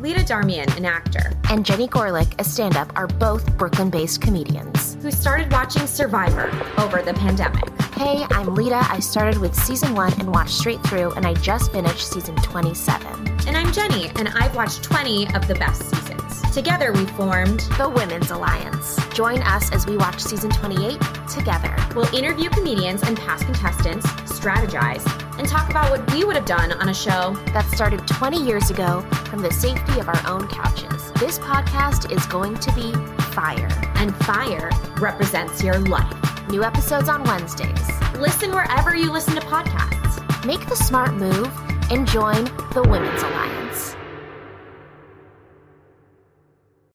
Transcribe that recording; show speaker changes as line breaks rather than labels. Lita Darmian, an actor,
and Jenny Gorlick, a stand up, are both Brooklyn based comedians.
who started watching Survivor over the pandemic.
Hey, I'm Lita. I started with season one and watched straight through, and I just finished season 27,
And I'm Jenny, and I've watched 20 of the best seasons. Together we formed,
The Women's Alliance. Join us as we watch season 28 together.
we'll interview comedians and past contestants, strategize, and talk about what we would have done on a show
that started 20 years ago from the safety of our own couches. This podcast is going to be fire.
and fire represents your life.
New episodes on Wednesdays.
Listen wherever you listen to podcasts.
Make the smart move and join the Women's Alliance.